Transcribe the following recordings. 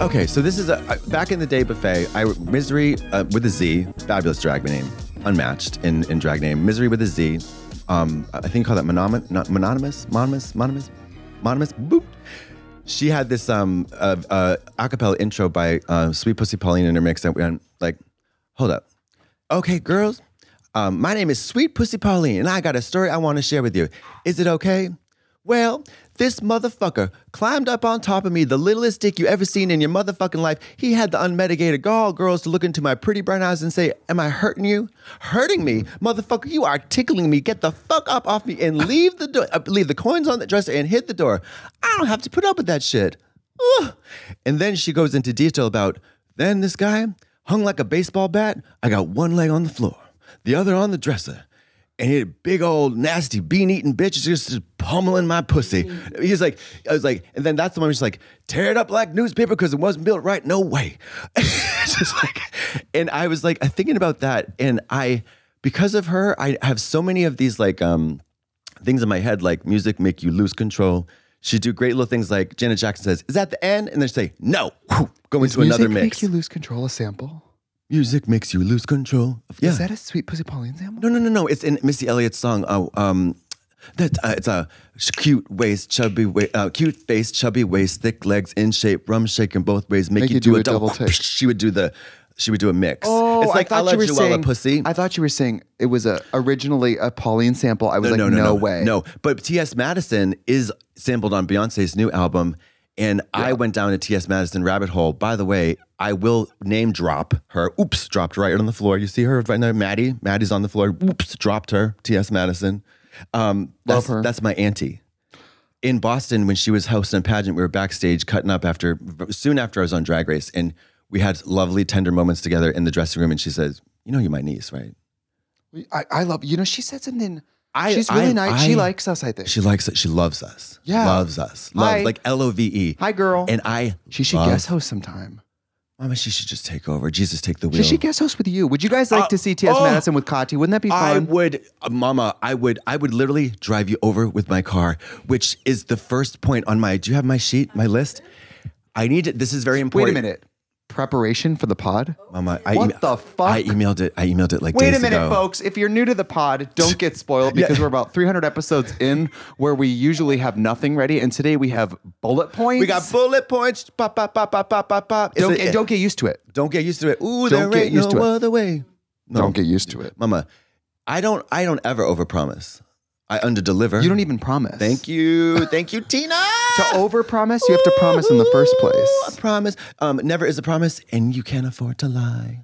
Okay, so this is a I- back in the day buffet. I misery uh, with a Z, fabulous drag name, unmatched in, in drag name. Misery with a Z. Um, I think call that monom- not, mononymous, mononymous, mononymous, mononymous. Boop. She had this um uh, uh, acapella intro by uh, Sweet Pussy Pauline intermix, and we went like, hold up, okay, girls. Um, my name is Sweet Pussy Pauline, and I got a story I want to share with you. Is it okay? Well, this motherfucker climbed up on top of me, the littlest dick you ever seen in your motherfucking life. He had the unmedicated gall, girls, to look into my pretty brown eyes and say, Am I hurting you? Hurting me? Motherfucker, you are tickling me. Get the fuck up off me and leave the door, uh, leave the coins on the dresser and hit the door. I don't have to put up with that shit. Ugh. And then she goes into detail about then this guy hung like a baseball bat. I got one leg on the floor, the other on the dresser. And he had a big old nasty bean eating bitch just pummeling my pussy. He's like, I was like, and then that's the one she's like, tear it up like newspaper because it wasn't built right. No way. just like, and I was like thinking about that. And I, because of her, I have so many of these like um things in my head like music make you lose control. She do great little things like Janet Jackson says, "Is that the end?" And then she say, "No," Whew, go into another mix. make you lose control a sample? music makes you lose control. Yeah. Is that a Sweet Pussy Pauline sample? No, no, no, no. It's in Missy Elliott's song. Oh, um, that uh, it's a cute waist, chubby waist, uh, cute face, chubby waist, thick legs, in shape, rum shaking both ways, make, you, do, a double. take. Oh, She would do the, she would do a mix. it's like I "I'll thought you let were all a saying pussy. I thought you were saying it was a originally a Pauline sample. I was like, no, way. No, but T.S. Madison is sampled on Beyonce's new album. And I went down a T.S. Madison rabbit hole. By the way, I will name drop her. Oops, dropped right on the floor. You see her right there, Maddie. Maddie's on the floor. Oops, dropped her, T.S. Madison. Um, Love that's, her. That's my auntie. In Boston, when she was hosting a pageant, we were backstage cutting up after, soon after I was on Drag Race. And we had lovely, tender moments together in the dressing room. And she says, You know, you're my niece, right? I, I love you know, she said something. I- she's really I- nice. she I- likes us, I think. She likes it. She loves us. Yeah. Loves us. Loves, Hi. like L O V E. Hi girl. And I. she should love- guest host sometime. Mama, she should just take over. Jesus, take the wheel. Should she guest host with you? Would you guys like Uh, to see T.S. oh. Madison with Kati? Wouldn't that be I fun? would, uh, Mama. I would. I would literally drive you over with my car, which is the first point on my. Do you have my sheet? My list. I need. to- This is very Wait a important. minute. Preparation for the pod? Mama. I What the fuck? I emailed it. I emailed it like Wait days a minute, ago. folks. If you're new to the pod, don't get spoiled because we're about 300 episodes in where we usually have nothing ready. And today we have bullet points. We got bullet points. Pop, pop, pop, pop, pop, pop, pop. It's Don't, a- get- don't get used to it. don't get used to it. Ooh, Don't there get ain't used no to it. other way. No. Mm. Don't get used to it. Mama, I don't I don't ever overpromise. I underdeliver. You don't even promise. Thank you. Thank you, Tina. To overpromise, you have to promise in the first Ooh, place. A promise. Um, never is a promise, and you can't afford to lie.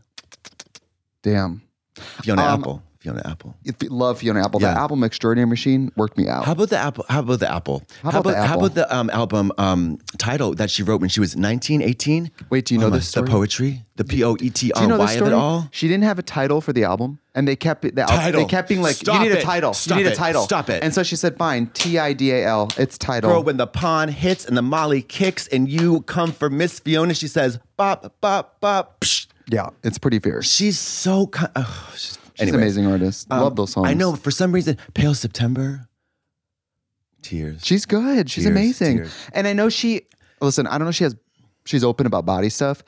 Damn. Fiona Um, Apple. Fiona Apple. If you love Fiona Apple. That Yeah. album Extraordinary Machine worked me out. How about the apple? How about the apple? How about the How apple? about the um, album um, title that she wrote when she was 19, 18? Wait, do you know my- this story? The poetry, the P O E T Do you R know this Y of story? it all. She didn't have a title for the album, and they kept it. The al- Title. They kept being like, Stop "You need a it. title. Stop you need a it. title." Stop it. And so she said, "Fine, T I D A L. It's title." Girl, when the pawn hits and the molly kicks and you come for Miss Fiona, she says, bop, bop, bop. Psh. yeah, it's pretty fierce. She's so kind. Oh, she's She's an amazing artist. Love those songs. Um, I know, for some reason, Pale September, tears. She's good. She's Tears, amazing. tears. And I know she. Listen, I don't know. if She has. She's open about body stuff.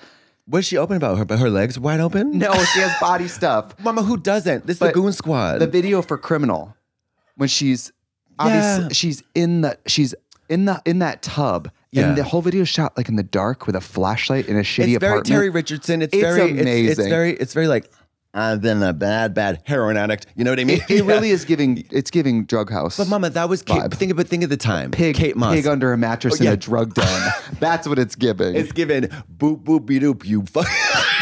What's she open about? Her, but her legs wide open? No, she has body stuff. Mama, who doesn't? This is the But Goon Squad. The video for Criminal, when she's obviously Yeah. she's in the she's in the in that tub, Yeah. and the whole video is shot like in the dark with a flashlight in a shitty it's very apartment. Terry Richardson. It's, It's very It's, amazing. it's very it's very like I've been a bad bad heroin addict. You know what I mean? It, it really is giving. It's giving drug house. But Mama, that was Kate, Vibe. think of think of the time. pig, Kate Moss. Oh, pig under a mattress in yeah. a drug den. That's what it's giving. It's given boop boop be doop you. Fuck.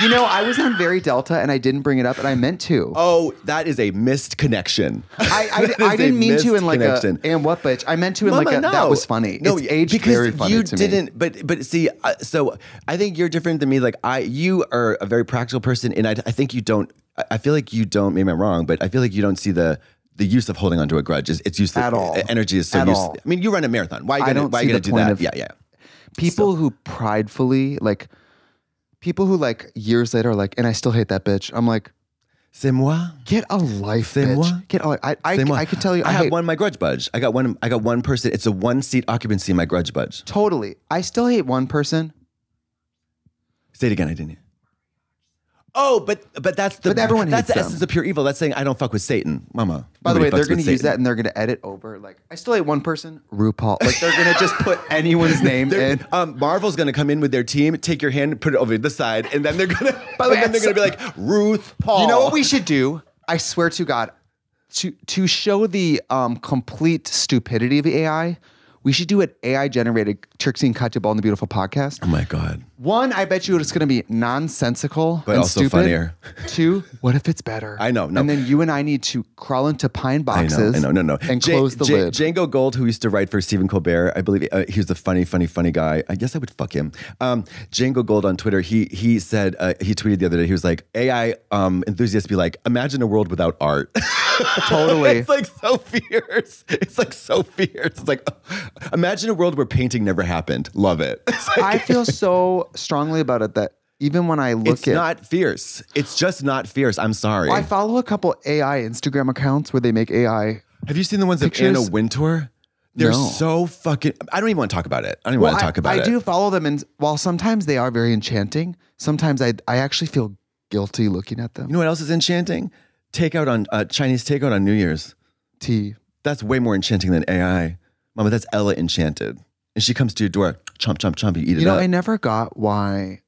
you know, I was on very Delta and I didn't bring it up, and I meant to. oh, that is a missed connection. I, That I, is I a didn't mean missed to in like connection. a and what bitch. I meant to in Mama, like a no. that was funny. No, it's aged because very funny you to me. didn't. But but see, uh, so I think you're different than me. Like I, you are a very practical person, and I, I think you don't. I- I feel like you don't. Maybe I'm wrong, but I feel like you don't see the. The use of holding onto a grudge is it's useless. At all. energy is so At useless. all. I mean, you run a marathon. Why are you I gonna, don't why see you gonna the do point that? of- yeah, yeah. people who pridefully like people who like years later are like and i still hate that bitch i'm like C'est moi. get a life C'est bitch moi. get a life i, I, C'est moi. I can tell you i, I, have hate, one my grudge budge. I got one. I got one person. It's a one seat occupancy in my grudge budge. totally i still hate one person Say it again. I didn't. hear. Oh, but but that's the But everyone hates that's the them. essence of pure evil. That's saying I don't fuck with Satan, Mama. by the way Nobody they're fucks gonna use with Satan. that and they're gonna edit over like i still hate one person rupaul like they're gonna just put anyone's name They're- in um, Marvel's gonna come in with their team, take your hand, put it over the side, and then they're gonna. By the way, and then they're gonna be like Ruth Paul. you know what we should do i swear to god to to show the um complete stupidity of ai we should do an ai generated trixie and katya ball in the beautiful podcast Oh my God. One, I bet you it's going to be nonsensical, But and also stupid. funnier. Two, what if it's better? I know, no. And then you and I need to crawl into pine I know, boxes. I know, no, no. And Jan- close the Jan- lid. Django Gold, who used to write for Stephen Colbert, I believe uh, he was a funny, funny, funny guy. I guess I would fuck him. Um, Django Gold on Twitter, he he said uh, he tweeted the other day. He was like, AI um, enthusiasts be like, imagine a world without art. totally. it's like so fierce. It's like so fierce. It's like, uh, imagine a world where painting never happened. Love it. It's, like, I feel so strongly about it that even when I look it's at, not fierce. It's just not fierce. I'm sorry. I follow a couple AI Instagram accounts where they make AI. Have you seen the ones Pictures? of Anna Wintour? They're No. so fucking. I don't even want to talk about it. I don't even want to I- talk about I, it. do follow them, and while sometimes they are very enchanting, sometimes I I actually feel guilty looking at them. You know what else is enchanting? Takeout on uh, Chinese takeout on New Year's. T. That's way more enchanting than AI. Mama, that's Ella enchanted. And she comes to your door, chomp, chomp, chomp, you eat it You know, up. I never got why.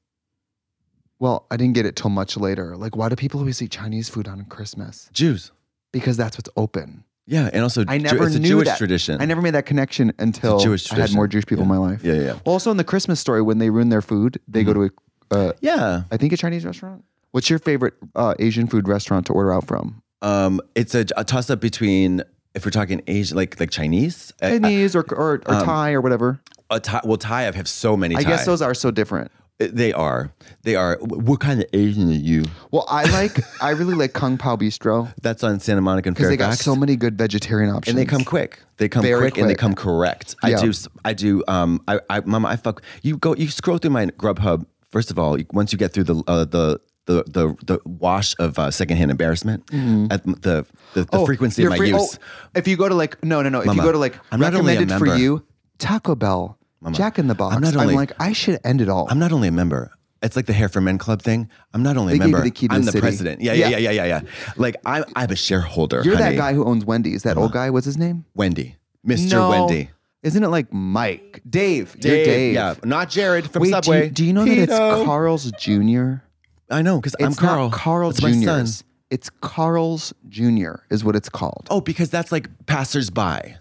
Well, I didn't get it till much later. Like, why do people always eat Chinese food on Christmas? Jews. Because that's what's open. Yeah. And also, I Ju- never it's a knew Jewish that. tradition. I never made that connection until Jewish I had more tradition. Jewish people in my life. Yeah, yeah, Mm-hmm. yeah. Also, in the Christmas story, when they ruin their food, they go to a, uh, Yeah. I think a Chinese restaurant. What's your favorite uh, Asian food restaurant to order out from? Um, it's a, a toss up between, if we're talking Asian, like like Chinese. uh, Chinese or or, or Thai or whatever. A, Thai, well, Thai, I have so many I Um, Thai. guess those are so different. They are. They are. Wh- What kind of Asian are you? Well, I like I really like Kung Pao Bistro That's on Santa Monica and because Fairfax. they got so many good vegetarian options. and they come quick. They come Very quick, and they quick. come correct. Yeah. I do. s- I do. Um, I, I, mama, I fuck. You go. You scroll through my Grubhub. First of all, you- once you get through the uh, the. The, the the wash of uh, secondhand embarrassment at m- the the, the Mm-hmm. Oh, frequency you're of my free- oh, use. if you go to like no no no, if you Mama, go to like I'm not only a recommended for member. you, Taco Bell, Jack in the Box. I'm, I'm not only- like I should end it all. I'm not only a member. It's like the Hair for Men Club thing. I'm not only They a gave you member. the key to I'm the the city. president. Yeah, yeah, Yeah. yeah, yeah, yeah, yeah. Like I'm I'm a shareholder. You're honey. that guy who owns Wendy's. That old guy. What's his name? Wendy, Mr. No. Wendy. Isn't it like Mike? Dave. You're Dave. yeah, not Jared from Wait, do Subway. you, do you know that it's Pedo. Carl's Jr.? I know because I'm It's not Carl. Carl It's my son. Jr.'s. It's Carl's Jr. is what it's called. Oh, because that's like passersby.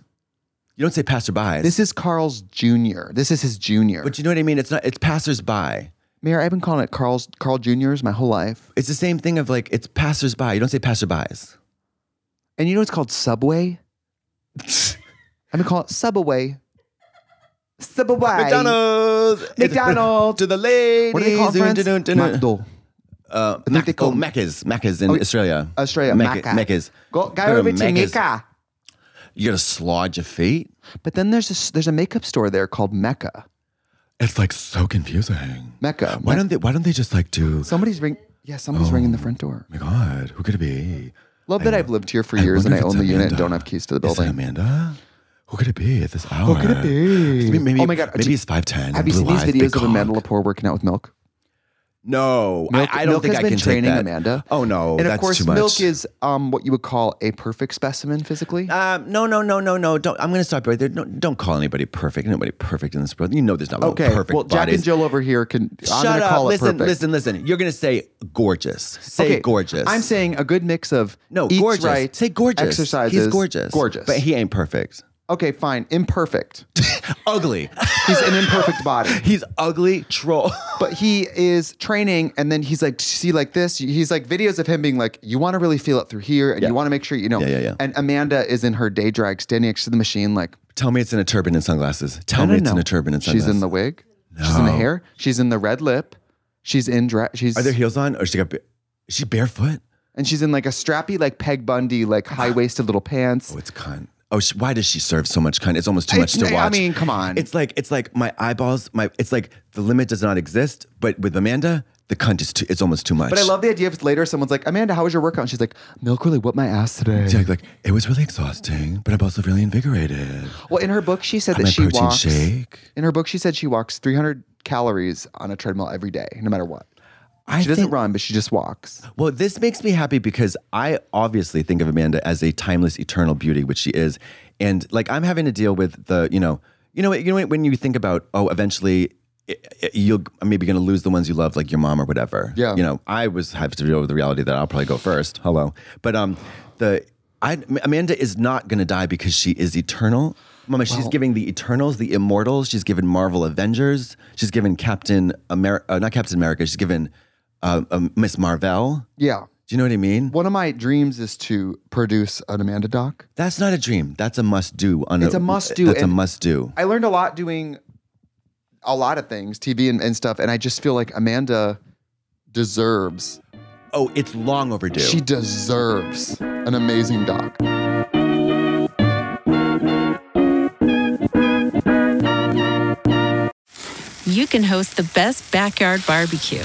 You don't say passersby. This is Carl's Jr. This is his junior. but you know what I mean? It's not. It's passersby. Mayor, I've been calling it Carl's Carl Jr.'s my whole life. It's the same thing of like it's passersby. You don't say passerbys. And you know it's called Subway? I'm gonna call it Subway. Subway. McDonald's. It's- McDonald's. to the ladies. What do they call it, friends? Dun, dun, dun, dun. McDo. Uh, I think they call- oh, Macca's. Macca's in Oh, Australia. Australia. Mac- Macca. Macca's. Go, go to over to Macca's. Mecca. You gotta slodge your feet. But then there's this, there's a makeup store there called Mecca. It's like so confusing. Mecca. Why don't they? Why don't they just like do? somebody's ring? Yeah, somebody's ringing the front door. Oh my God, who could it be? Love that I've lived here for I years and wonder I if own it's the unit and Amanda. don't have keys to the Is it building. Amanda? Who could it be at this hour? Who could it be? Maybe, maybe, Oh my God, do- Maybe he's five ten. Have you seen these videos of Amanda Lepore working out with Milk? No, Milk, I, I don't Milk think has I been can training take that. Amanda. Oh no, and that's of course, too much. Milk is um, what you would call a perfect specimen physically. Um, no, no, no, no, no. Don't. I'm going to stop you right there. Don't, don't call anybody perfect. Nobody perfect in this world. You know, there's not one okay, perfect well, Jack bodies. and Jill over here can. I'm Shut gonna up. call it listen, perfect. listen, listen. You're going to say gorgeous. Say Okay, gorgeous. I'm saying a good mix of no, eats gorgeous. right, say gorgeous. exercises, He's gorgeous. gorgeous. But he ain't perfect. okay, fine, imperfect. Ugly. He's an imperfect body. He's ugly troll. but he is training and then he's like see like this he's like videos of him being like you want to really feel it through here and you want to make sure you know Yeah, yeah, yeah. and amanda is in her day drag standing next to the machine like Tell me it's in a turban and sunglasses. Tell no, no, me Oh, it's in no. a turban and she's sunglasses. in the wig she's in the hair she's in the red lip she's in drag she's Are there heels on? Or she got? Ba- is she barefoot? and she's in like a strappy like peg bundy like high-waisted little pants Oh, it's cunt. Oh, she, why does she serve so much cunt? It's almost too It's- much to I watch. mean, come on. It's like it's like my eyeballs. My it's like the limit does not exist. But with Amanda, the cunt is too. It's almost too much. but i love the idea if later someone's like amanda how was your workout and she's like milk really whooped my ass today It's like, like it was really exhausting, but I'm also really invigorated. well in her book she said my that she protein walks shake. in her book she said she walks 300 calories on a treadmill every day no matter what I She doesn't think- run, but she just walks. Well, this makes me happy because I obviously think of Amanda as a timeless, eternal beauty, which she is, and like I'm having to deal with the, you know, you know, you know, when you think about, oh, eventually i- i- you'll I'm maybe going to lose the ones you love, like your mom or whatever. Yeah. You know, I was have to deal with the reality that I'll probably go first. Hello, but um, the I Amanda is not going to die because she is eternal. Mama, she's giving the Eternals, the Immortals. She's given Marvel Avengers. She's given Captain America, uh, not Captain America. She's given uh, um, Miss Marvel. Yeah. Do you know what I mean? One of my dreams is to produce an Amanda doc. That's not a dream. That's a must do. On It's a must-do, That's a and- must do. I learned a lot doing a lot of things, TV and, and stuff, and I just feel like Amanda deserves, Oh, it's long overdue. she deserves an amazing doc. you can host the best backyard barbecue.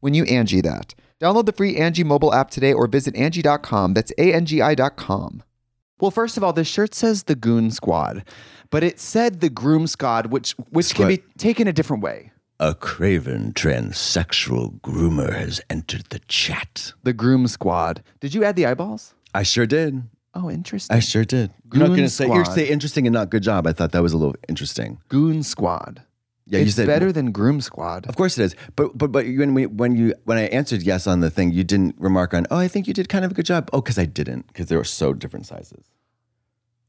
when you Angie that. Download the free Angie mobile app today or visit Angie.com. That's A-N-G-I dot com. Well, first of all, this shirt says the Goon Squad, but it said the Groom Squad, which which can be taken a different way. A craven transsexual groomer has entered the chat. The Groom Squad. Did you add the eyeballs? I sure did. Oh, interesting. I sure did. You're not Goon gonna say you're squad. say interesting and not good job. I thought that was a little interesting. Goon Squad. Yeah, it's you said better than Groom Squad. Of course it is. But but but when we, when you when I answered yes on the thing, you didn't remark on. Oh, I think you did kind of a good job. Oh, because I didn't because they were so different sizes.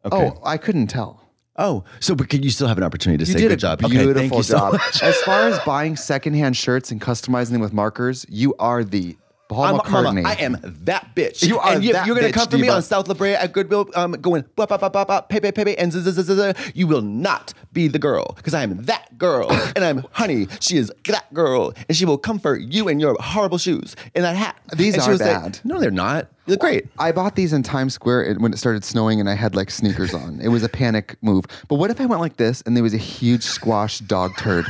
Okay. Oh, I couldn't tell. Oh, so but could you still have an opportunity to You say did good a job? beautiful okay, thank you so job. much. as far as buying secondhand shirts and customizing them with markers, you are the Paul I'm, McCartney. Mama, I am that bitch. You are and you, that You're gonna come bitch, for me diva. on South La Brea at Goodwill, um, going bop bop bop bop bop, pay pay pay pay, and z- z- z- z- z- you will not be the girl because I am that girl, and I'm honey. She is that girl, and she will comfort you in your horrible shoes and that hat. These and she are will say, bad. no, they're not. They're great. I bought these in Times Square and- when it started snowing and I had like sneakers on. It was a panic move. But what if I went like this and there was a huge squash dog turd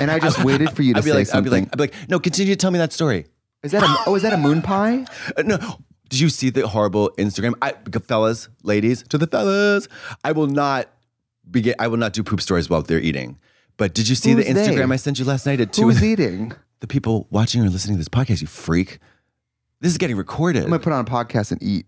and I just waited for you to I'd be say like, I'd be something? like, I'd be like, no, continue to tell me that story. is that a, oh, is that a moon pie? Uh, no. Did you see the horrible Instagram? I, fellas, ladies, to the fellas, I will not begin. I will not do poop stories while they're eating. But did you see the Who's they? Instagram I sent you last night at two? Who's eating? the people watching or listening to this podcast, you freak. This is getting recorded. I'm gonna put on a podcast and eat.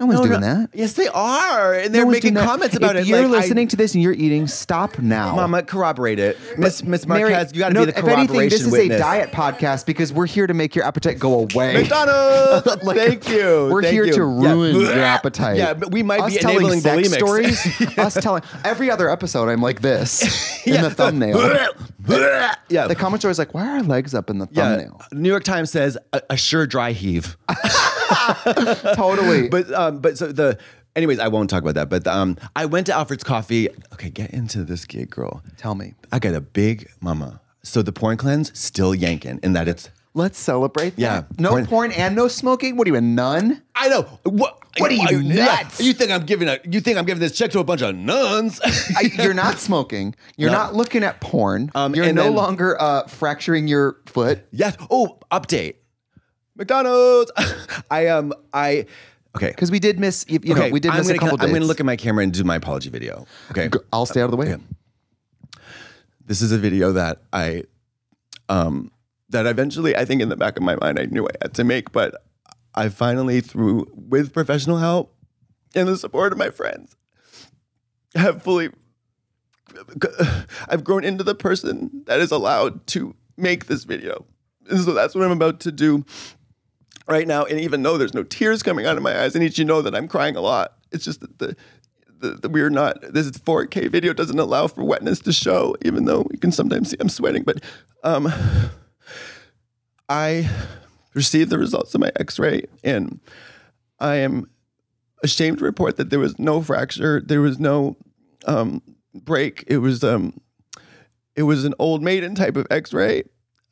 No one's doing that. Yes, they are. And they're No one's making doing that. comments about if it. You're like, I- listening to this and you're eating. Stop now, Mama, corroborate it. Miss Miss Mary- Marquez, you gotta no, be the If corroboration anything, this is witness. a diet podcast because we're here to make your appetite go away. McDonald's. Thank you. We're Oh, Thank here you. to Yeah. ruin your appetite. Yeah, but we might us be telling enabling sex bulimics. stories. us telling every other episode, I'm like this in the thumbnail. yeah. the comments are always like, "Why are our legs up in the yeah. thumbnail?" New York Times says a, a sure dry heave. Totally. but um, but so the anyways, I won't talk about that. But um, I went to Alfred's Coffee. Okay, get into this gig, girl. tell me, I got a big mama. So the porn cleanse still yanking in that it's. let's celebrate. Yeah. that. no porn. Porn- and no smoking. What are you a nun? I know. What, What are you, yeah. nuts? You think I'm giving a? You think I'm giving this check to a bunch of nuns? I, you're not smoking. You're No. not looking at porn. Um, you're and no then- longer uh, fracturing your foot. yes. Oh, update. McDonald's. I um I. Okay. Because we did miss, you, you know, we did I'm miss gonna, a couple. I'm gonna dates. look at my camera and do my apology video. Okay. Go- I'll stay out of the way. Okay. This is a video that I, um, that eventually I think in the back of my mind I knew I had to make, but I finally, through with professional help and the support of my friends, have fully, I've grown into the person that is allowed to make this video, and so that's what I'm about to do right now. And even though there's no tears coming out of my eyes, I need you to know that I'm crying a lot. It's just that the, the, the we're not this 4K video doesn't allow for wetness to show, even though you can sometimes see I'm sweating. But um, I received the results of my X-ray, and I am ashamed to report that there was no fracture, there was no um, break. It was um, it was an old maiden type of X-ray.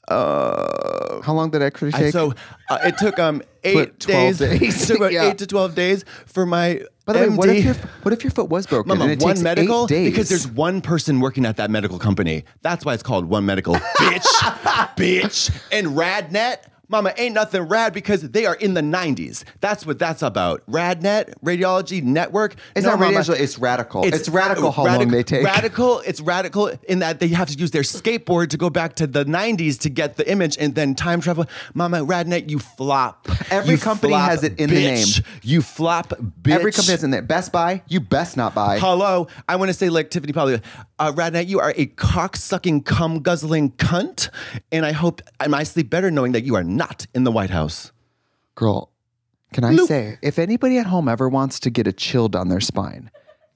Uh, How long did that actually and take? so uh, it took um Put eight 12 days, days. it took about Yeah. eight to twelve days for my. By the way, what if MD your what if your foot was broken? Mama, and it one takes medical eight days? because there's one person working at that medical company. That's why it's called one medical, bitch, bitch, and Radnet. Mama, ain't nothing rad because they are in the 90s. That's what that's about. Radnet, Radiology Network. It's not radiology, it's radical. It's radical how long they take. Radical, it's radical in that they have to use their skateboard to go back to the 90s to get the image and then time travel. Mama, Radnet, you flop. Every You company flop, has it in the bitch. name. You flop, bitch. every company that's in there. Best Buy, you best not buy. Hello, I want to say like Tiffany Polly, uh, Radna, you are a cock-sucking, cum-guzzling cunt, and I hope and I sleep better knowing that you are not in the White House. Girl, can I say if anybody at home ever wants to get a chill down their spine,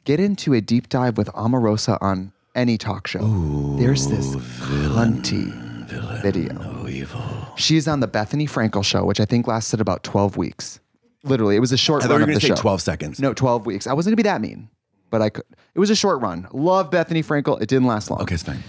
get into a deep dive with Omarosa on any talk show. there's this hunty video. She's on the Bethany Frankel show, which I think lasted about 12 weeks. Literally, it was a short I thought run you were of going the to say show. twelve seconds. No, 12 weeks. I wasn't going to be that mean, but I could. It was a short run. Love Bethany Frankel. It didn't last long. okay, it's fine.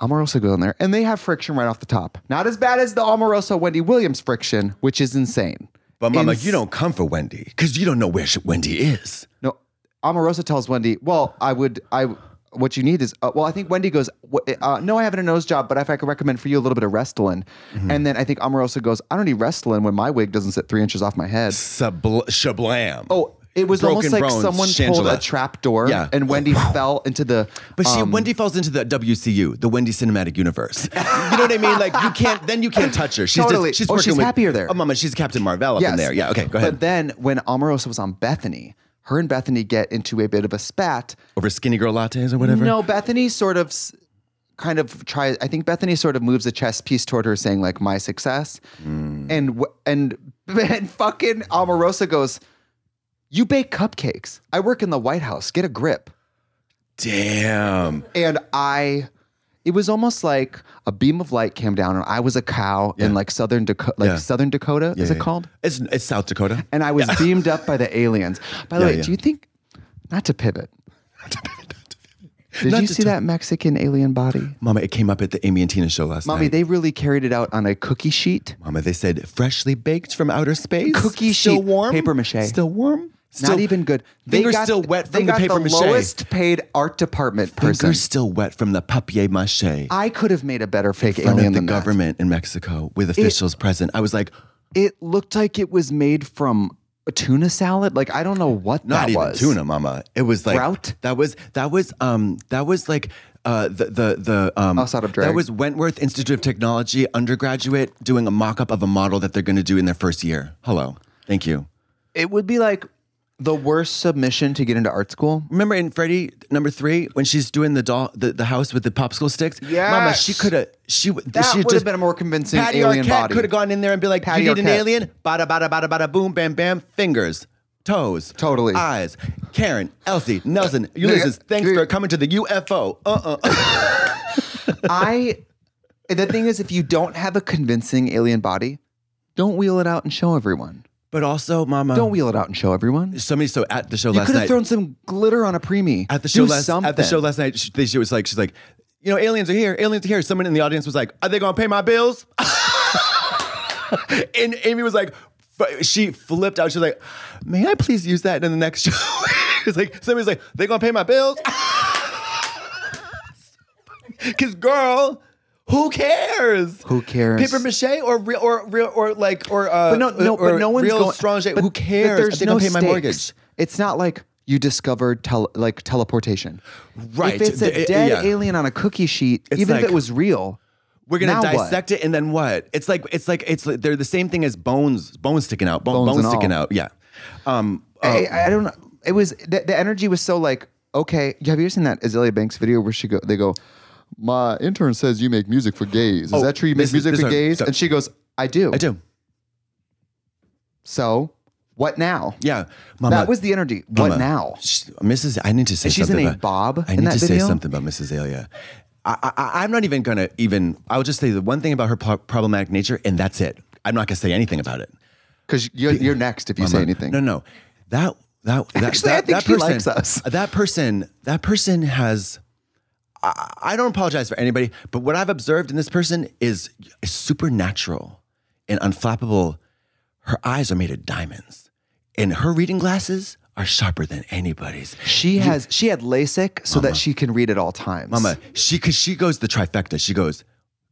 Omarosa goes in there, and they have friction right off the top. Not as bad as the Omarosa Wendy Williams friction, which is insane. But Mama, Ins- you don't come for Wendy because you don't know where she, Wendy is. No, Amorosa tells Wendy, "Well, I would I." What you need is uh, well. I think Wendy goes. "Wh- Uh, no, I haven't a nose job, but if I could recommend for you a little bit of Restylane, Mm-hmm. and then I think Omarosa goes. I don't need Restylane when my wig doesn't sit three inches off my head. Subl- shablam. Oh, it was Broken almost like bones, someone pulled Shangela. a trap door, Yeah. and Wendy fell into the. But she, um, Wendy falls into the WCU, the Wendy Cinematic Universe. you know what I mean? Like you can't, then you can't touch her. She's Totally. just, she's Oh, working she's with- happier there. Oh, mama, she's Captain Marvel up in Yes. there. Yeah. Okay. Go ahead. But then when Omarosa was on Bethany, her and Bethany get into a bit of a spat. Over skinny girl lattes or whatever. No, Bethany sort of s- kind of tries I think Bethany sort of moves a chess piece toward her saying like my success. Hmm. And w- and and fucking Omarosa goes, "You bake cupcakes. I work in the White House. Get a grip." Damn. and I it was almost like a beam of light came down and I was a cow in like southern Dakota like Yeah. southern Dakota is it Yeah. called It's it's South Dakota. and I was beamed up by the aliens by the Yeah, way yeah. do you think not to pivot did Not you to see t- that Mexican alien body Mama, it came up at the Amy and Tina show last mommy night. they really carried it out on a cookie sheet Mama, they said freshly baked from outer space. Cookie still sheet, warm. papier mache. Still warm. Still, not even good Fingers still wet they from the got paper the mache. lowest paid art department person Fingers still wet from the papier mache. I could have made a better fake in front alien of the than that. government in Mexico with officials present. I was like, it looked like it was made from a tuna salad like I don't know what not that even was tuna, mama. It was like Grout? That was that was um that was like uh the the the um Outside of drag. that was Wentworth Institute of Technology undergraduate doing a mock up of a model that they're going to do in their first year. Hello, thank you. It would be like the worst submission to get into art school. Remember in Freddy number three when she's doing the doll the, the house with the popsicle sticks? mama, she Yes. could have she w- That she would've just- been a more convincing Patty alien Arquette body. could have gone in there and be like, Patty you need Arquette. an alien? Bada bada bada bada boom bam bam fingers. Toes, Totally. Eyes, Karen, Elsie, Nelson, Ulysses. Thanks for coming to the UFO. Uh uh. I the thing is if you don't have a convincing alien body, don't wheel it out and show everyone. But also, Mama, Don't wheel it out and show everyone. somebody so at the show You last could have night thrown some glitter on a preemie. at the show Do last something. at the show last night. She, she was like, she's like, you know, aliens are here, aliens are here. Someone in the audience was like, are they gonna pay my bills? and Amy was like, f- she flipped out. She was like, may I please use that in the next show? it's like somebody's like, they gonna pay my bills? Because girl. Who cares? Who cares? Paper mache or real or real or like or uh But no, no, or but no one's real going. strange. but- Who but cares? I there's think no I'll pay my stakes. mortgage. It's not like you discovered tel- like teleportation. Right. If it's The- a dead yeah. alien on a cookie sheet, It's even if like- it was real, We're gonna Now what? dissect it and then what? It's like it's like it's like, they're the same thing as bones, bones sticking out, bone, Bones bones, and sticking all. Oh. out. Yeah. Um, uh, I, I don't know. It was the, the energy was so like okay. Have you ever seen that Azalea Banks video where she go? They go, my intern says you make music for gays. Is Oh, that true? You make this is- music this for are- gays? And she goes, I do. I do. So what now? Yeah, Mama, that was the energy. Mama, what now? sh- Mrs. I need to say And she's something. named about- Bob I in need that to video? say something about Mrs. Alia. I, I, I'm not even gonna even. I'll just say the one thing about her pro- problematic nature, and that's it. I'm not gonna say anything about it. Because you're, you're next if you say Mama, anything. No, no. That that that, Actually, that, I think that she person, likes us. That person. That person has. I, I don't apologize for anybody, but what I've observed in this person is supernatural and unflappable. Her eyes are made of diamonds, and her reading glasses are sharper than anybody's. She has she had LASIK so that she can read at all times. Mama, she because she goes the trifecta. She goes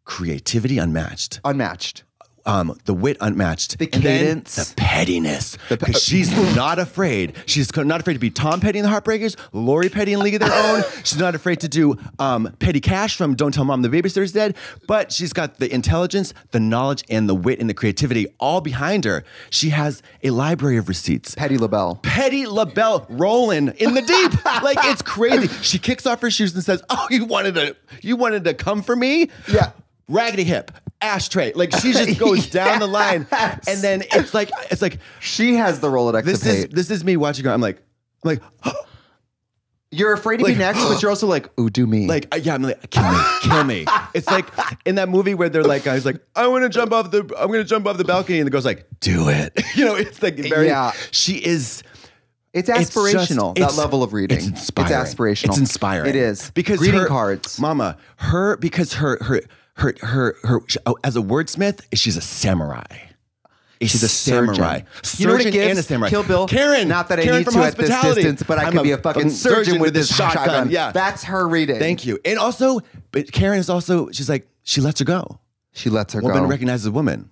creativity unmatched, unmatched. um, the wit unmatched, The and then cadence. the pettiness. Because she's not afraid. She's co- not afraid to be Tom Petty and the Heartbreakers, Lori Petty and League of Their Own. She's not afraid to do um, Petty Cash from Don't Tell Mom the Babysitter's Dead. But she's got the intelligence, the knowledge, and the wit and the creativity all behind her. She has a library of receipts. Petty LaBelle. Petty LaBelle rolling in the deep. like it's crazy. She kicks off her shoes and says, "Oh, you wanted to you wanted to come for me?" Yeah. Raggedy hip, ashtray. Like she just goes down the line and then it's like it's like She has the Rolodex this to pay. is this is me watching her. I'm like I'm like you're afraid to be like, next, but you're also like, ooh, do me. like uh, yeah, I'm like kill me, kill me. It's like in that movie where they're like, I was like, I want to jump off the, I'm going to jump off the balcony, and the girl's like, do it. You know, it's like very. Yeah. She is. It's It's just- aspirational. it's- that level of reading. It's inspiring. aspirational. It's inspiring. It is because greeting her- cards. Mama, her because her her her her her, her she- oh, as a wordsmith, she's a samurai. a She's a surgeon. samurai. You know what it Surgeon and gives a samurai. Kill Bill? Karen. Not that I Karen need from to at this hospitality. distance, but I I'm could a be a fucking surgeon with this shotgun. Yeah. That's her reading. Thank you. And also, but Karen is also, she's like, she lets her go. She lets her Woman go. recognizes a woman.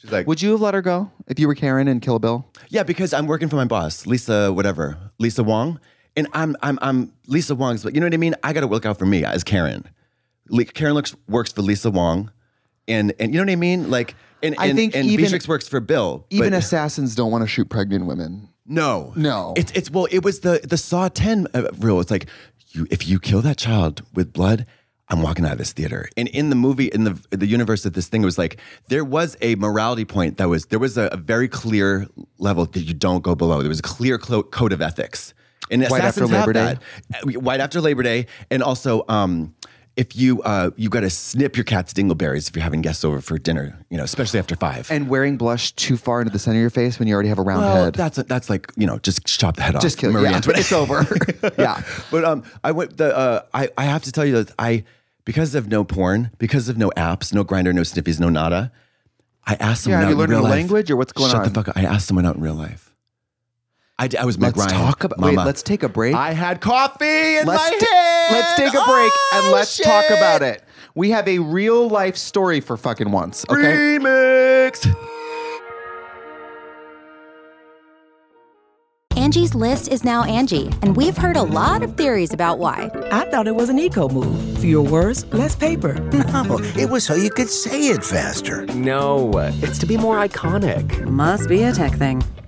She's like, Would you have let her go if you were Karen and Kill Bill? yeah, because I'm working for my boss, Lisa, whatever, Lisa Wong. And I'm, I'm, I'm Lisa Wong's, but you know what I mean? I got to look out for me as Karen. Like, Karen looks, works for Lisa Wong. And, and you know what I mean? Like, and, I and, think and even- Beatrix works for Bill. Even but- assassins don't want to shoot pregnant women. No, No. It's it's well, it was the the Saw Ten uh, rule. It's like you if you kill that child with blood, I'm walking out of this theater. And in the movie, in the the universe of this thing, it was like there was a morality point that was there was a, a very clear level that you don't go below. There was a clear clo- code of ethics. And Right after assassins have Labor Day? that Uh, right after Labor Day, and also um, if you uh, you got to snip your cat's dingleberries if you're having guests over for dinner, you know, especially after five. And wearing blush too far into the center of your face when you already have a round Well, head. that's that's like you know, just chop the head off. Just kill Marie yeah, Antoinette. It's over. yeah. But um, I went the uh, I I have to tell you that I because of no porn, because of no apps, no grinder, no sniffies, no nada. I asked Yeah, someone have out you in learned real a life. meg- or what's going Shut on? the fuck up! I asked someone out in real life. I, d- I was Meg Let's Ryan. talk about. Wait, Mama. let's take a break. I had coffee in my ta- head. let's take a break Oh, and let's talk shit. about it. We have a real life story for fucking once. Okay. Remix. Angie's list is now Angie, and we've heard a lot of theories about why. I thought it was an eco move. Fewer words, less paper. No, it was so you could say it faster. No, it's to be more iconic. Must be a tech thing.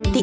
The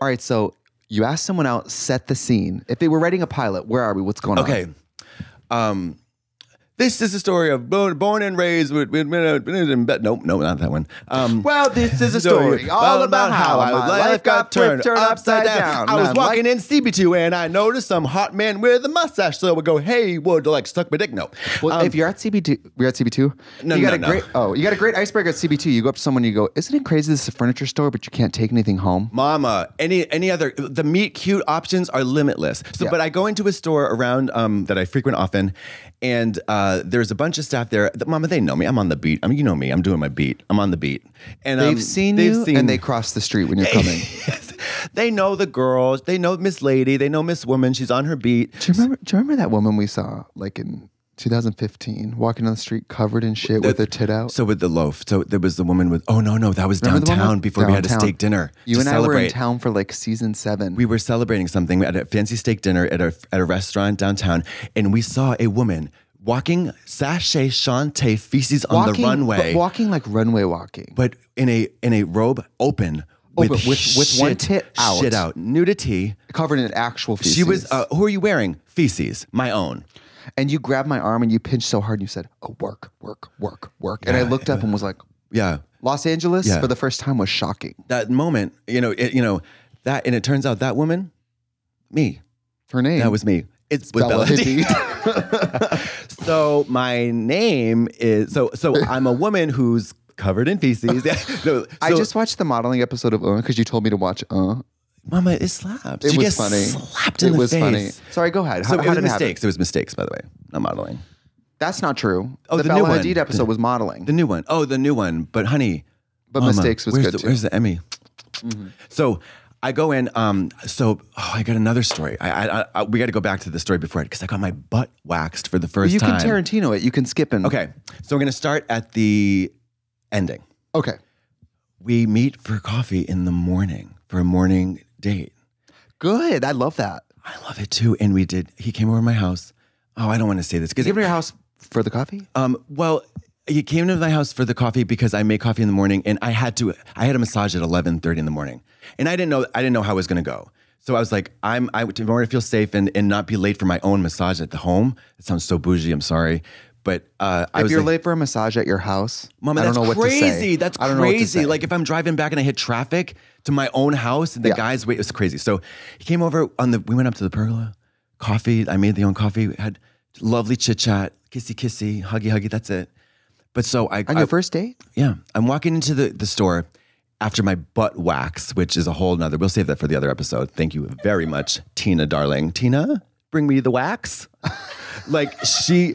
All right. So you asked someone out, set the scene. If they were writing a pilot, where are we? What's going on? Okay. Um, this is a story of born, born and raised with, with, with, with- but nope, nope, not that one. Um, Well, this is a story all about how my life got flipped, turned upside down. I was My walking in CB2 and I noticed some hot man with a mustache. So I would go, hey, would you like suck my dick? No. Well, Um, if you're at CB2, we're at CB2. No, you no, got a no. great oh, you got a great icebreaker at CB2. You go up to someone, you go, "Isn't it crazy? This is a furniture store, but you can't take anything home." Mama, any any other the meet cute options are limitless. So, Yeah. but I go into a store around um, that I frequent often, and uh, there's a bunch of staff there. The- Mama, they know me. I'm on the beat. I mean, you know me. I'm doing my beat. I'm on the beat. And um, They've seen they've you, seen- and they cross the street when you're coming. Yes. They know the girls. They know Miss Lady. They know Miss Woman. She's on her beat. Do you remember? Do you remember that woman we saw like in 2015 walking down the street covered in shit with her tit out? So with the loaf. So there was the woman with. Oh no no, that was Remember the downtown woman? before we had a Downtown. steak dinner. You to and I were in celebrate. town for like season seven. We were celebrating something at a fancy steak dinner at a at a restaurant downtown, and we saw a woman walking sachet shante feces on the Walking- runway, but walking like runway walking. but in a in a robe open. With, Open, with- with one shit- tit out. shit out, nudity. covered in actual feces. She was. Uh, who are you wearing? Feces, my own. and you grabbed my arm and you pinched so hard and you said, "Oh, work, work, work, work." and I looked up and was like, Yeah, "Los Angeles Yeah. for the first time was shocking." that moment, you know, it, you know that, and it turns out that woman, me, Her name that was me. It's with Bella Bella Hadid. Hadid. so my name is so so. I'm a woman who's covered in feces. no, so, I just watched the modeling episode of Uh because you told me to watch Uh. mama, it slapped. It she was gets funny. Slapped it in the was face. funny. Sorry, go ahead. How, So it how was did it happen? mistakes. It was mistakes, by the way, not modeling. That's not true. Oh, the new Bella one. Hadid episode The- was modeling, The new one. Oh, the new one. But honey, but Mama, mistakes was Oh, where's good the, too. Where's the Emmy? Mm-hmm. So I go in. Um, so oh, I got another story. I, I, I- I we got to go back to the story before it because I got my butt waxed for the first you time. can Tarantino it. You can skip and Okay, so we're gonna start at the ending. okay. We meet for coffee in the morning for a morning date. Good. I love that. I love it too, and we did. He came over to my house. Oh, I don't want to say this Did you because give her your house for the coffee? um, well, he came to my house for the coffee because I make coffee in the morning, and I had to. I had a massage at eleven thirty in the morning, and I didn't know. I didn't know how it was going to go. So I was like, I'm. I in order to feel safe and and not be late for my own massage at the home. It sounds so bougie. I'm sorry, but uh, I If was you're like, late for a massage at your house, Mama, I don't that's know what to crazy. say. That's I don't know what to crazy. say. Like if I'm driving back and I hit traffic to my own house, the Yeah. guys wait. It was crazy. So he came over on the. We went up to the pergola, coffee. I made the own coffee. Had lovely chit chat, kissy kissy, huggy huggy. That's it. But so I on I, your first date, yeah, I'm walking into the, the store after my butt wax, which is a whole nother. We'll save that for the other episode. Thank you very much, Tina, darling. Tina, bring me the wax. like she,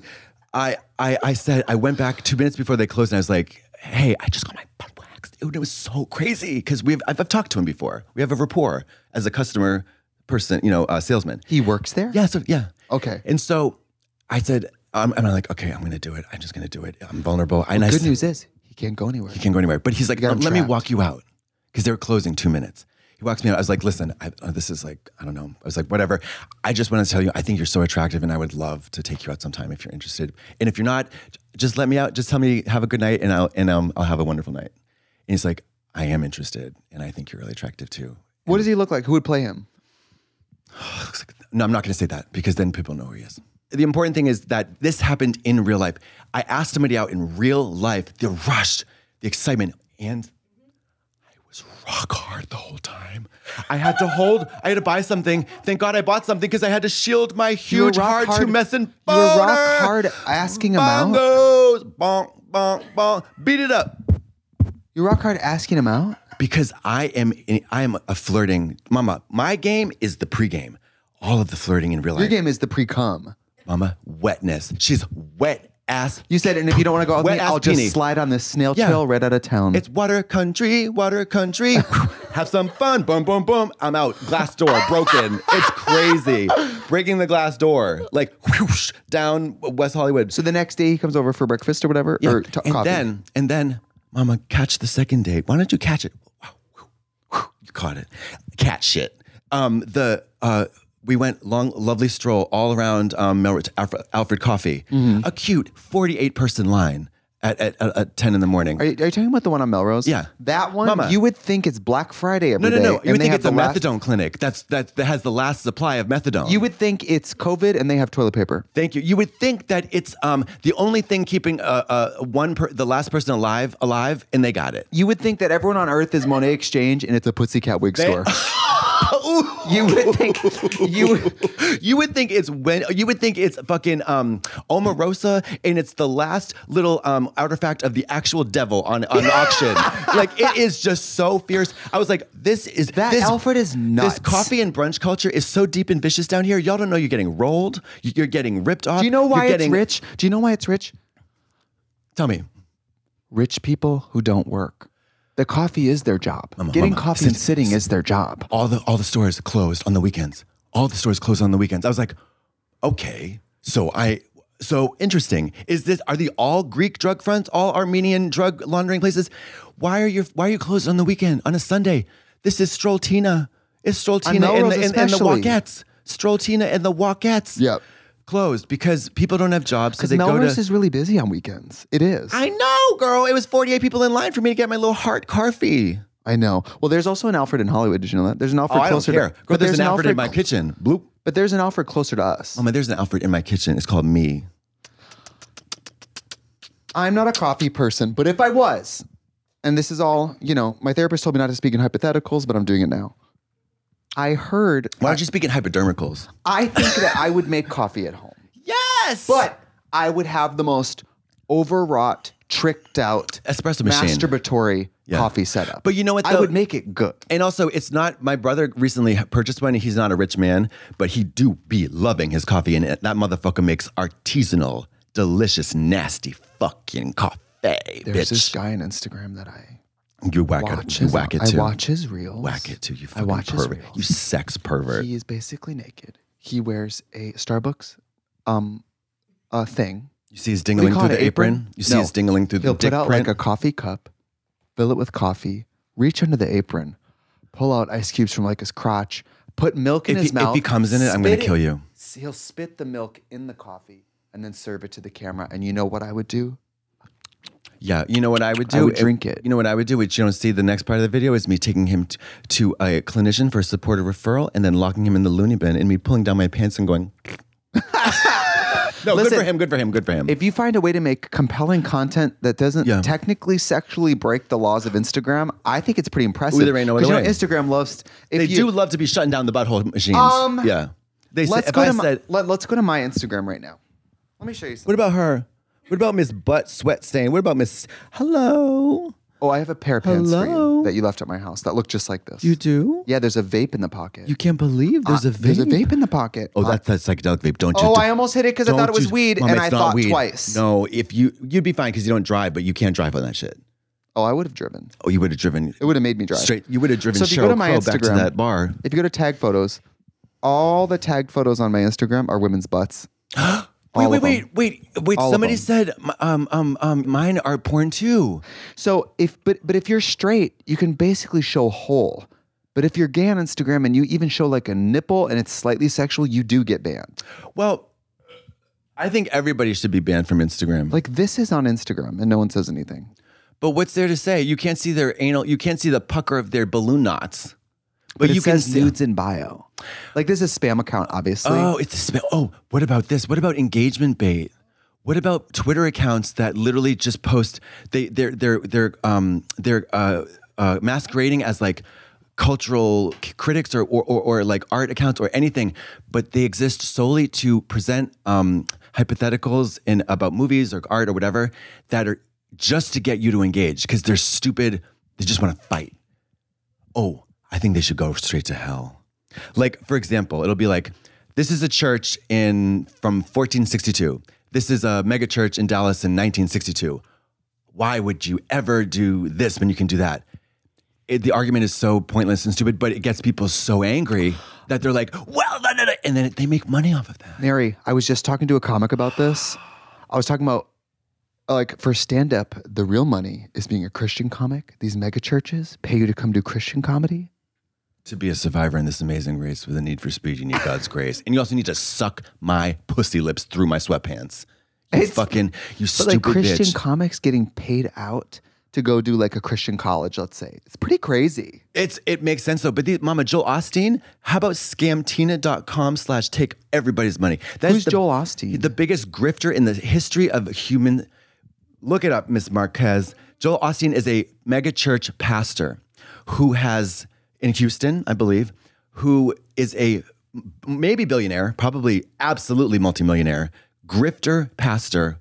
I, I, I said, I went back two minutes before they closed, and I was like, "Hey, I just got my butt waxed." It, was so crazy because we've I've, I've talked to him before. We have a rapport as a customer person, you know, uh, salesman. he works there. Yeah, so yeah. Okay. And so I said, um, and I'm like, okay, I'm gonna do it. I'm just gonna do it. I'm vulnerable. And I Good said- news is he can't go anywhere. he can't go anywhere. But he's like, got let him me trapped. walk you out because they were closing two minutes. He walks me out. I was like, listen, I, uh, this is like, I don't know. I was like, whatever. I just want to tell you, I think you're so attractive and I would love to take you out sometime if you're interested. And if you're not, j- just let me out. Just tell me, have a good night and I'll, and, um, I'll have a wonderful night. And he's like, I am interested and I think you're really attractive too. What does he look like? Who would play him? No, I'm not going to say that because then people know who he is. The important thing is that this happened in real life. I asked somebody out in real life, the rush, the excitement, and I was rock hard the whole time. I had to hold, I had to buy something. Thank God I bought something because I had to shield my You were huge rock hard, to mess and You were rock hard asking him out. Bongos, bonk, bonk, bonk, beat it up. You rock hard asking him out. Because I am, I am a flirting, Mama. My game is the pregame. All of the flirting in real life. Your game is the pre cum. Mama, wetness. She's wet ass. You said, and if you don't want to go out with Wet me, ass I'll just peenie. slide on this snail Yeah. trail right out of town. It's water country, water country. Have some fun. Boom, boom, boom. I'm out. Glass door broken. It's crazy. Breaking the glass door, like whoosh, down West Hollywood. so the next day he comes over for breakfast or whatever, Yeah. or to- and coffee. then, and then, Mama, catch the second date. Why don't you catch it? Wow, whew, whew, you caught it. Cat shit. Um, the uh, we went long, lovely stroll all around um, Melrose to Alfred, Alfred Coffee. Mm-hmm. A cute forty-eight person line at, at, at, at ten in the morning. Are you, are you talking about the one on Melrose? Yeah. That one, Mama. you would think it's Black Friday no, every day. no, no. You and would they think have it's a the last- methadone clinic. That's that's that has the last supply of methadone. You would think it's COVID and they have toilet paper. Thank you. You would think that it's um, the only thing keeping uh, uh, one per- the last person alive alive, and they got it. You would think that everyone on Earth is Monet Exchange and it's a Pussycat wig store. you would think you. you would think it's when you would think it's fucking um Omarosa and it's the last little um artifact of the actual devil on on auction. like it is just so fierce. I was like, this is That this, Alfred is nuts. This coffee and brunch culture is so deep and vicious down here. Y'all don't know you're getting rolled. you- You're getting ripped off. Do you know you're why it's getting- rich? Do you know why it's rich? Tell me. Rich people who don't work. The coffee is their job. Getting mama, coffee and since- sitting is their job. all the all the stores closed on the weekends. All the stores closed on the weekends. I was like, okay, so I so interesting. Is this are the all Greek drug fronts, all Armenian drug laundering places? Why are you why are you closed on the weekend on a Sunday? This is Stroltina. It's Stroltina and Melrose the, and, and the especially. Walkettes. Stroltina and the Walkettes. Yep. Closed because people don't have jobs Because because they go Melrose to. is really busy on weekends. It is. I know, girl. It was 48 people in line for me to get my little heart coffee. I know. Well, there's also an Alfred in Hollywood. Did you know that? There's an Alfred Oh, I don't closer care. to Girl, there's, an Alfred in my kitchen. Bloop. But there's an Alfred closer to us. Oh man, there's an Alfred in my kitchen. It's called me. I'm not a coffee person, but if I was, and this is all, you know, my therapist told me not to speak in hypotheticals, but I'm doing it now. I heard Why don't you speak in hypodermicals? I think that I would make coffee at home. Yes, But I would have the most overwrought, tricked out Espresso machine. masturbatory Yeah. coffee setup. But you know what, I though? would make it good. and also it's not. My brother recently purchased one. and He's not a rich man, but he do be loving his coffee, and that motherfucker makes artisanal, delicious, nasty fucking coffee. There's bitch. this guy on Instagram that I you whack watch. it. You his- whack it I too. watch his reels. Whack it too. You I fucking watch his pervert. reels. You sex pervert. He is basically naked. He wears a Starbucks um a thing. you see his We dingling call through it the an apron. apron? You see No. his dingling through He'll the dick put out print. like a coffee cup, fill it with coffee, reach under the apron, pull out ice cubes from like his crotch, put milk in If his he- if mouth. he comes in it, I'm gonna spit kill you. S- He'll spit the milk in the coffee and then serve it to the camera. And you know what I would do? Yeah, you know what I would do? I would drink it. You know what I would do, which you don't see the next part of the video, is me taking him t- to a clinician for a supportive referral and then locking him in the loony bin and me pulling down my pants and going. no, good Listen, for him, good for him, good for him. If you find a way to make compelling content that doesn't Yeah. technically sexually break the laws of Instagram, I think it's pretty impressive. Ooh, there ain't no other 'Cause you way. know, Instagram loves. If they you, do love to be shutting down the butthole machines. Um, yeah. They say, Let's if go I to my, said, let, us go to my Instagram right now. Let me show you. Something. What about her? What about Miss Butt Sweat Stain? What about Miss Hello? Oh, I have a pair of pants for you Hello? that you left at my house that look just like this. do? Yeah, there's a vape in the pocket. Uh, You can't believe there's a vape. There's a vape in the pocket. Oh, Uh, that's that psychedelic vape, don't you? Oh, do- I almost hit it 'cause I thought don't it was you- weed, Mom, and it's I not thought weed. twice. No, if you you'd be fine because you don't drive, but you can drive on that shit. oh, I would have driven. Oh, you would have driven It would have made me drive. straight. You would have driven So if you go Sheryl to my Crow back to Instagram- that bar. If you go to tag photos, all the tag photos on my Instagram are women's butts. All Wait, of wait, them. wait, wait, wait! All of somebody them. said, m- um, um, um, mine are porn too. So if but but if you're straight, you can basically show whole. But if you're gay on Instagram and you even show like a nipple and it's slightly sexual, you do get banned. Well, I think everybody should be banned from Instagram. Like this is on Instagram and no one says anything. But what's there to say? You can't see their anal. You can't see the pucker of their balloon knots. But, you you it says see- nudes in bio. Like this is a spam account, obviously. Oh, it's a spell. Oh, what about this? What about engagement bait? What about Twitter accounts that literally just post they they're they're they're um they're uh, uh masquerading as like cultural c- critics or, or or or like art accounts or anything, but they exist solely to present um hypotheticals in about movies or art or whatever that are just to get you to engage because they're stupid. They just want to fight. Oh, I think they should go straight to hell. Like, for example, it'll be like, this is a church in from 1462. This is a mega church in Dallas in 1962. Why would you ever do this when you can do that? It, the argument is so pointless and stupid, but it gets people so angry that they're like, well, no, no, no. And then they make money off of that. Mary, I was just talking to a comic about this. I was talking about like for stand up, the real money is being a Christian comic. These mega churches pay you to come do Christian comedy. To be a survivor in this amazing race with a need for speed, you need God's grace. And you also need to suck my pussy lips through my sweatpants. You It's- fucking, you But stupid like Christian bitch. comics getting paid out to go do like a Christian college, let's say. It's pretty crazy. It's it makes sense though. But the, Mama Joel Osteen, how about scamtina.com slash take everybody's money? That's Who's Joel Osteen? The biggest grifter in the history of human look it up, Miss Marquez. Joel Austin is a mega church pastor who has in Houston, I believe, who is a maybe billionaire, probably absolutely multimillionaire, grifter pastor.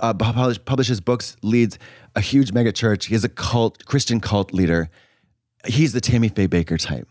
Uh, publish, publishes books, leads a huge mega church. He is a cult Christian cult leader. He's the Tammy Faye Baker type,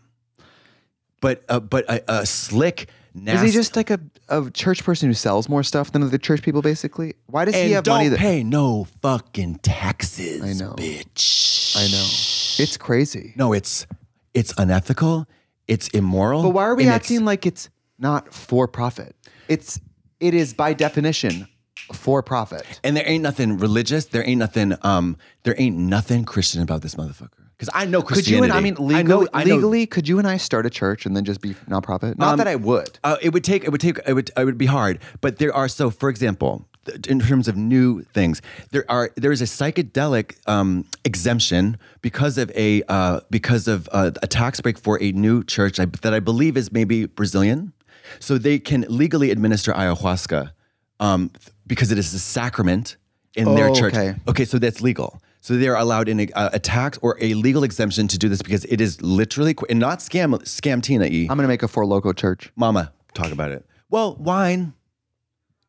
but uh, but a, a slick. Is Nasty, he just like a, a church person who sells more stuff than other church people, basically? Why does and he have don't money that pay no fucking taxes? I know. bitch. I know. It's crazy. No, it's it's unethical. It's immoral. But why are we and it's- acting like it's not for profit? It's it is by definition for profit. And there ain't nothing religious. There ain't nothing. Um, there ain't nothing Christian about this motherfucker. Because I know Could you Christianity. and I mean legally, know- I know- legally could you and I start a church and then just be nonprofit? Not Um, that I would. Uh, it would take. It would take. It would. It would be hard. But there are so. For example, th- in terms of new things, there are. There is a psychedelic um, exemption because of a uh, because of uh, a tax break for a new church I- that I believe is maybe Brazilian. So they can legally administer ayahuasca um, th- because it is a sacrament in their Oh, church. okay. Okay, so that's legal. So they are allowed in a, a tax or a legal exemption to do this because it is literally qu- and not scam scamtina e. I'm gonna make a four loco church. Mama, talk about it. Well, wine.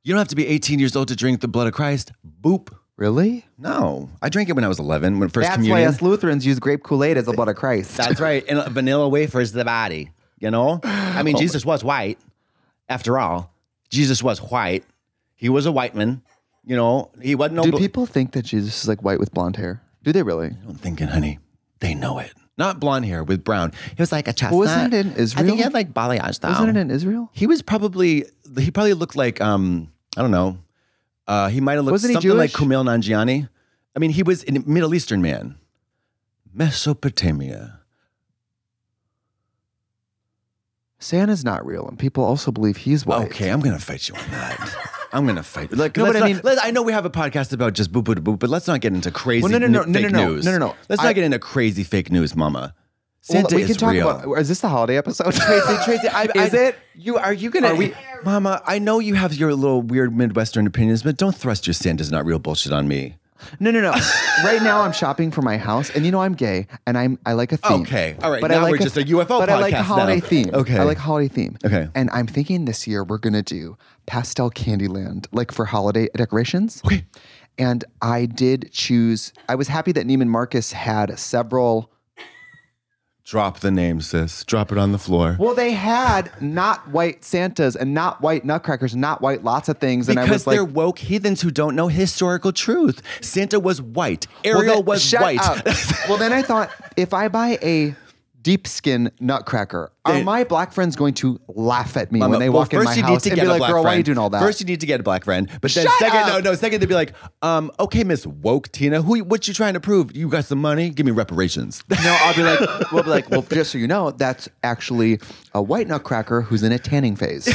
You don't have to be 18 years old to drink the blood of Christ. Boop. Really? No, I drank it when I was 11, when first That's why communion. us Lutherans use grape Kool Aid as the blood of Christ. That's right. And vanilla wafers the body. You know, I Oh. mean, Jesus was white. After all, Jesus was white. He was a white man. You know, he wasn't no. Do bl- people think that Jesus is like white with blonde hair? Do they really? I'm thinking, honey, they know it. Not blonde hair with brown. He was like a chestnut. wasn't it in I Israel? think he had like balayage though. Wasn't it in Israel? He was probably he probably looked like um I don't know. Uh, he might have looked Wasn't he something like Jewish? Kumail Nanjiani. I mean, he was a Middle Eastern man. Mesopotamia. Santa's not real, and people also believe he's white. Okay, I'm gonna fight you on that. I'm gonna fight. Like, No, let's but I not- mean- let- I know we have a podcast about just boop boop boop, but let's not get into crazy Well, no, no, no, n- no, fake no, no, news. no, no, no. Let's I- not get into crazy fake news, Mama. Well, Santa we can is talk real. about. Is this the holiday episode? Tracy, Tracy, I, is I, it? You are you gonna? Are we- Mama, I know you have your little weird Midwestern opinions, but don't thrust your Santa's not real bullshit on me. No, no, no. right now, I'm shopping for my house, and you know I'm gay, and I'm I like a theme. Okay. All right. Now we're just a UFO But I like a podcast holiday now. theme. Okay. I like holiday theme. Okay. And I'm thinking this year we're gonna do pastel Candyland, like for holiday decorations. Okay. And I did choose. I was happy that Neiman Marcus had several. Drop the name, sis. Drop it on the floor. Well, they had not white Santas and not white Nutcrackers, and not white lots of things, and because I was like, they're woke heathens who don't know historical truth. Santa was white. Ariel then- was shut white. up. well, then I thought if I buy a deep skin nutcracker, are They- my black friends going to laugh at me Mama, when they well, walk in my house and be like, "Girl, why are you doing all that?" First, you need to get a black friend. But then, Shut second, up. no, no, second, they'd be like, um, okay, Miss Woke Tina, who, what you trying to prove? You got some money? Give me reparations. no, I'll be like, we'll be like, well, just so you know, that's actually a white nutcracker who's in a tanning phase,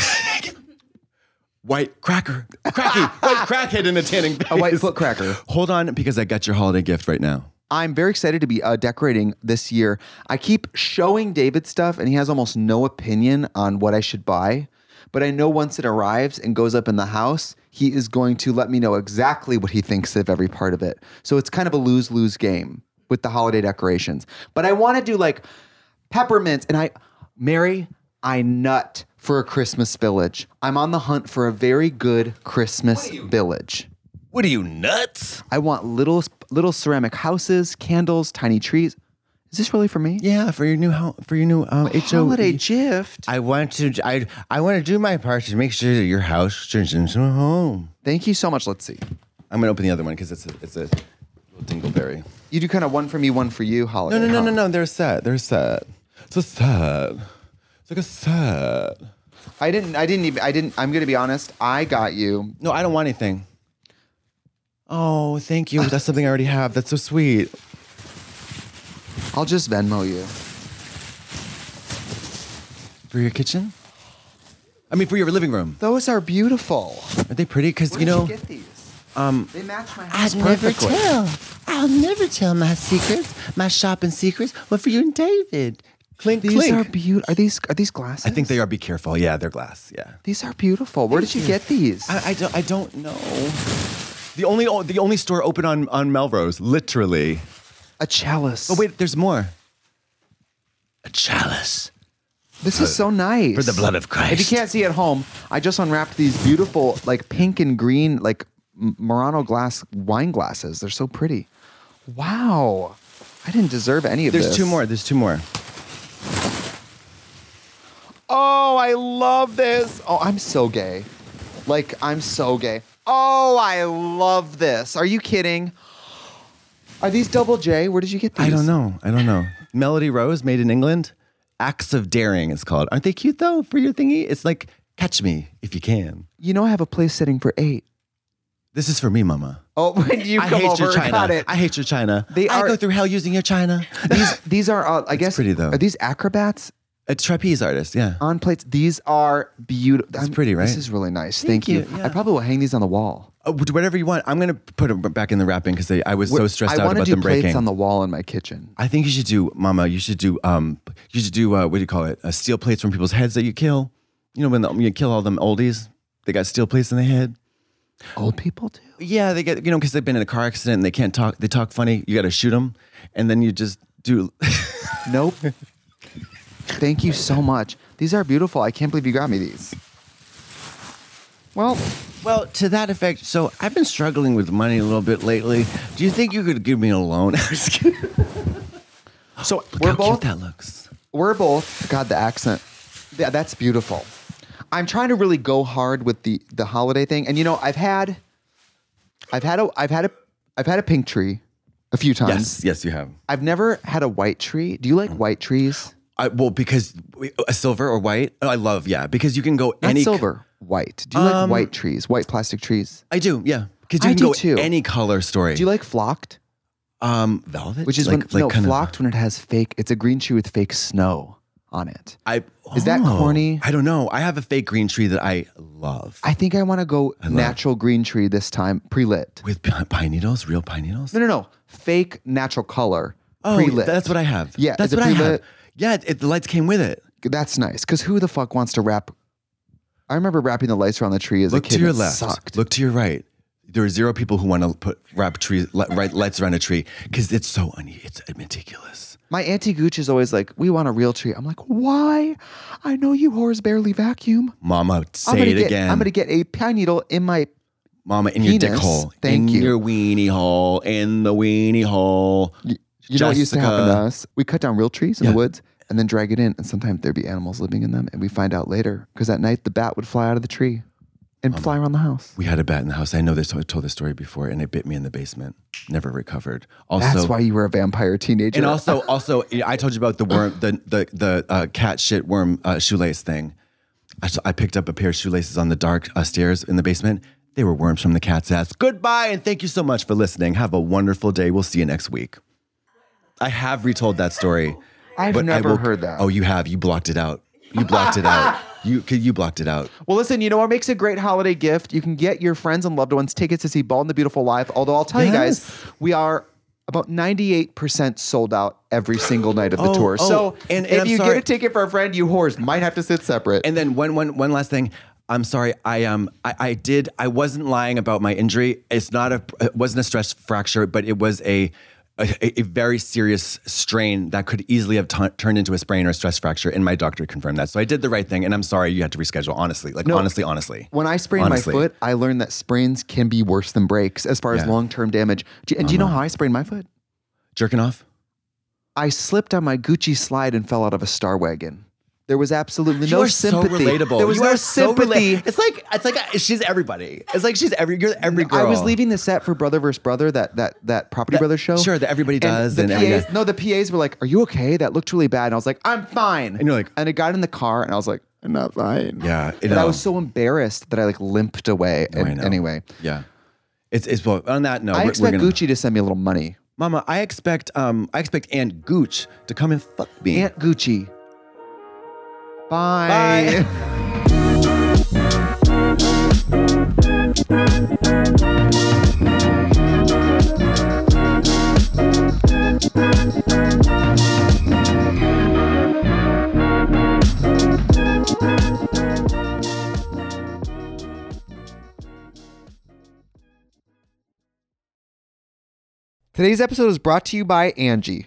white cracker, cracky, white crackhead in a tanning a white phase. foot cracker. Hold on, because I got your holiday gift right now. I'm very excited to be uh, decorating this year. I keep showing David stuff, and he has almost no opinion on what I should buy. But I know once it arrives and goes up in the house, he is going to let me know exactly what he thinks of every part of it. So it's kind of a lose lose game with the holiday decorations. But I want to do like peppermints, and I, Mary, I nut for a Christmas village. I'm on the hunt for a very good Christmas village. What are you, nuts? I want little little ceramic houses, candles, tiny trees. Is this really for me? E. Yeah, for your new ho- for your new um, Holiday gift. I want to. I I want to do my part to make sure that your house turns into a home. Thank you so much. Let's see. I'm gonna open the other one because it's a it's a little dingleberry. You do kind of one for me, one for you. Holiday. No, no, no, huh? no, no. They're set. They're set. It's a set. It's like a set. I didn't. I didn't even. I didn't. I'm gonna be honest. I got you. No, I don't want anything. Oh, thank you. That's something I already have. That's so sweet. I'll just Venmo you. For your kitchen? I mean, for your living room. Those are beautiful. Are they pretty? Because you know, get these? Um, they match my house perfectly. I'll never tell my secrets, my shopping secrets. What for you and David? Clink, These clink. are beautiful. Are these are these glasses? I think they are. Be careful. Yeah, they're glass. Yeah. These are beautiful. Where did you get these? I, I don't. I don't know. The only the only store open on on Melrose, literally. A chalice. Oh wait, there's more. A chalice This is so nice. for the blood of Christ. If you can't see at home, I just unwrapped these beautiful, like pink and green, like M- Murano glass wine glasses. They're so pretty. Wow. I didn't deserve any of There's this. two more. There's two more. Oh, I love this. Oh, I'm so gay. Like, I'm so gay. Oh, I love this. Are you kidding? Are these double J? Where did you get these? I don't know. I don't know. Melody Rose, made in England. Acts of Daring is called. Aren't they cute though? For your thingy, it's like catch me if you can. You know, I have a place sitting for eight. This is for me, Mama. Oh, when you I come hate over, your China. got it. I hate your China. They I are- go through hell using your China. these these are, uh, I guess, pretty, though. are these acrobats? a trapeze artist. Yeah. on plates. These are beautiful. That's pretty, right? This is really nice. Thank Thank, you. you, yeah. I probably will hang these on the wall. Uh, whatever you want. I'm gonna put it back in the wrapping because I was so stressed I out wanna about do them plates breaking. on the wall in my kitchen. I think you should do, Mama. You should do. Um, you should do. Uh, what do you call it? Uh, steel plates from people's heads that you kill. You know when the, you kill all them oldies, they got steel plates in the head. Old people do. Yeah, they get you know because they've been in a car accident and they can't talk. They talk funny. You got to shoot them, and then you just do. Nope. Thank you so much. These are beautiful. I can't believe you got me these. Well, well, to that effect. So I've been struggling with money a little bit lately. Do you think you could give me a loan? Just kidding. so Look we're how both cute that looks. we're both God the accent. Yeah, that's beautiful. I'm trying to really go hard with the the holiday thing, and you know I've had, I've had a I've had a I've had a pink tree, a few times. Yes, yes, you have. I've never had a white tree. Do you Mm. like white trees? I, well, because we- a silver or white, oh, I love. Yeah, because you can go Not any Um, silver, white. Do you like white trees? White plastic trees? I do. Yeah, because you I can do go too. any color story. Do you like flocked? um velvet? Which is like, when no kind of- flocked when it has fake. It's a green tree with fake snow. on it. I Is that oh, corny? I don't know. I have a fake green tree that I love I think I want to go natural green tree this time, pre lit. with pi- pine needles, real pine needles. No, no, no. Fake natural color, Oh, pre lit. that's what I have. Yeah, that's is it what I have. pre-lit? Yeah, it, the lights came with it. That's nice. Because who the fuck wants to wrap? I remember wrapping the lights around the tree as Look a kid. to your It left. Sucked. Look to your right. There are zero people who want to put wrap trees, li- right, lights around a tree because it's so un- it's meticulous. My auntie Gooch is always like, "We want a real tree." I'm like, "Why? I know you whores barely vacuum." Mama, say I'm gonna it get, again. I'm gonna get a pine needle in my. Mama, in your dick penis. hole. Thank in you. your weenie hole. In the weenie hole. You know what used to happen to Jessica. us? We cut down real trees in Yeah. the woods and then drag it in, and sometimes there'd be animals living in them, and we find out later because at night the bat would fly out of the tree and fly around the house. Um, We had a bat in the house. I know this. I told this story before, and it bit me in the basement. Never recovered. Also, That's why you were a vampire teenager. and also, also, I told you about the worm, the the the uh, cat shit worm uh, shoelace thing. I, s- I picked up a pair of shoelaces on the dark uh, stairs in the basement. They were worms from the cat's ass. Goodbye, and thank you so much for listening. Have a wonderful day. We'll see you next week. I have retold that story. I've but I never will- heard that. Oh, you have. You blocked it out. You blocked it out. You you blocked it out. Well, listen, you know what makes a great holiday gift? You can get your friends and loved ones tickets to see Bald and the Beautiful live. Although I'll tell you guys, we are about 98% sold out every single night of the Oh, tour. oh, so and- and if I'm you sorry. get a ticket for a friend, you whores might have to sit separate. And then one one one last thing. I'm sorry. I um I, I did I wasn't lying about my injury. It's not a it wasn't a stress fracture, but it was a a, a very serious strain that could easily have tu- turned into a sprain or a stress fracture, and my doctor confirmed that. So I did the right thing, and I'm sorry you had to reschedule. Honestly, like honestly, honestly. when I sprained Honestly. my foot, I learned that sprains can be worse than breaks as far as Yeah. Uh-huh. long term damage. Do- And do you know how I sprained my foot? jerking off, I slipped on my Gucci slide and fell out of a star wagon. There was absolutely you no are sympathy. so relatable. There was you no are so sympathy. rela- it's like it's like uh, she's everybody. It's like she's every you're every girl. I was leaving the set for Brother vs. Brother, that that that Property That- Brother show. sure, that everybody does The and PAs, every- no, the PAs were like, "Are you okay? That looked really bad." And I was like, "I'm fine." And you're like- and I got in the car and I was like, "I'm not fine." Yeah, you and I know. was so embarrassed that I like limped away. I and know. anyway, Yeah, it's it's well. On that note, I we're- expect we're gonna, Gucci to send me a little money. Mama, I expect um I expect Aunt Gooch to come and fuck me. Aunt Gucci. Bye. Today's episode is brought to you by Angie.